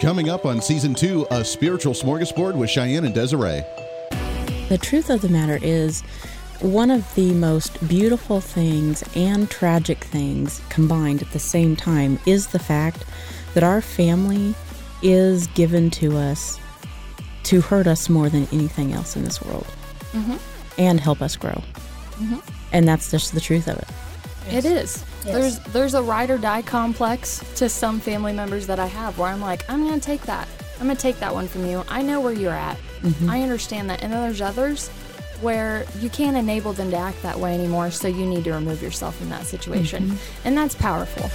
Coming up on season two, a spiritual smorgasbord with Cheyenne and Desiree. The truth of the matter is, one of the most beautiful things and tragic things combined at the same time is the fact that our family is given to us to hurt us more than anything else in this world and help us grow. And that's just the truth of it. It is. There's there's a ride or die complex to some family members that I have where I'm like, I'm gonna take that. I'm gonna take that one from you. I know where you're at. I understand that. And then there's others where you can't enable them to act that way anymore, so you need to remove yourself from that situation. And that's powerful.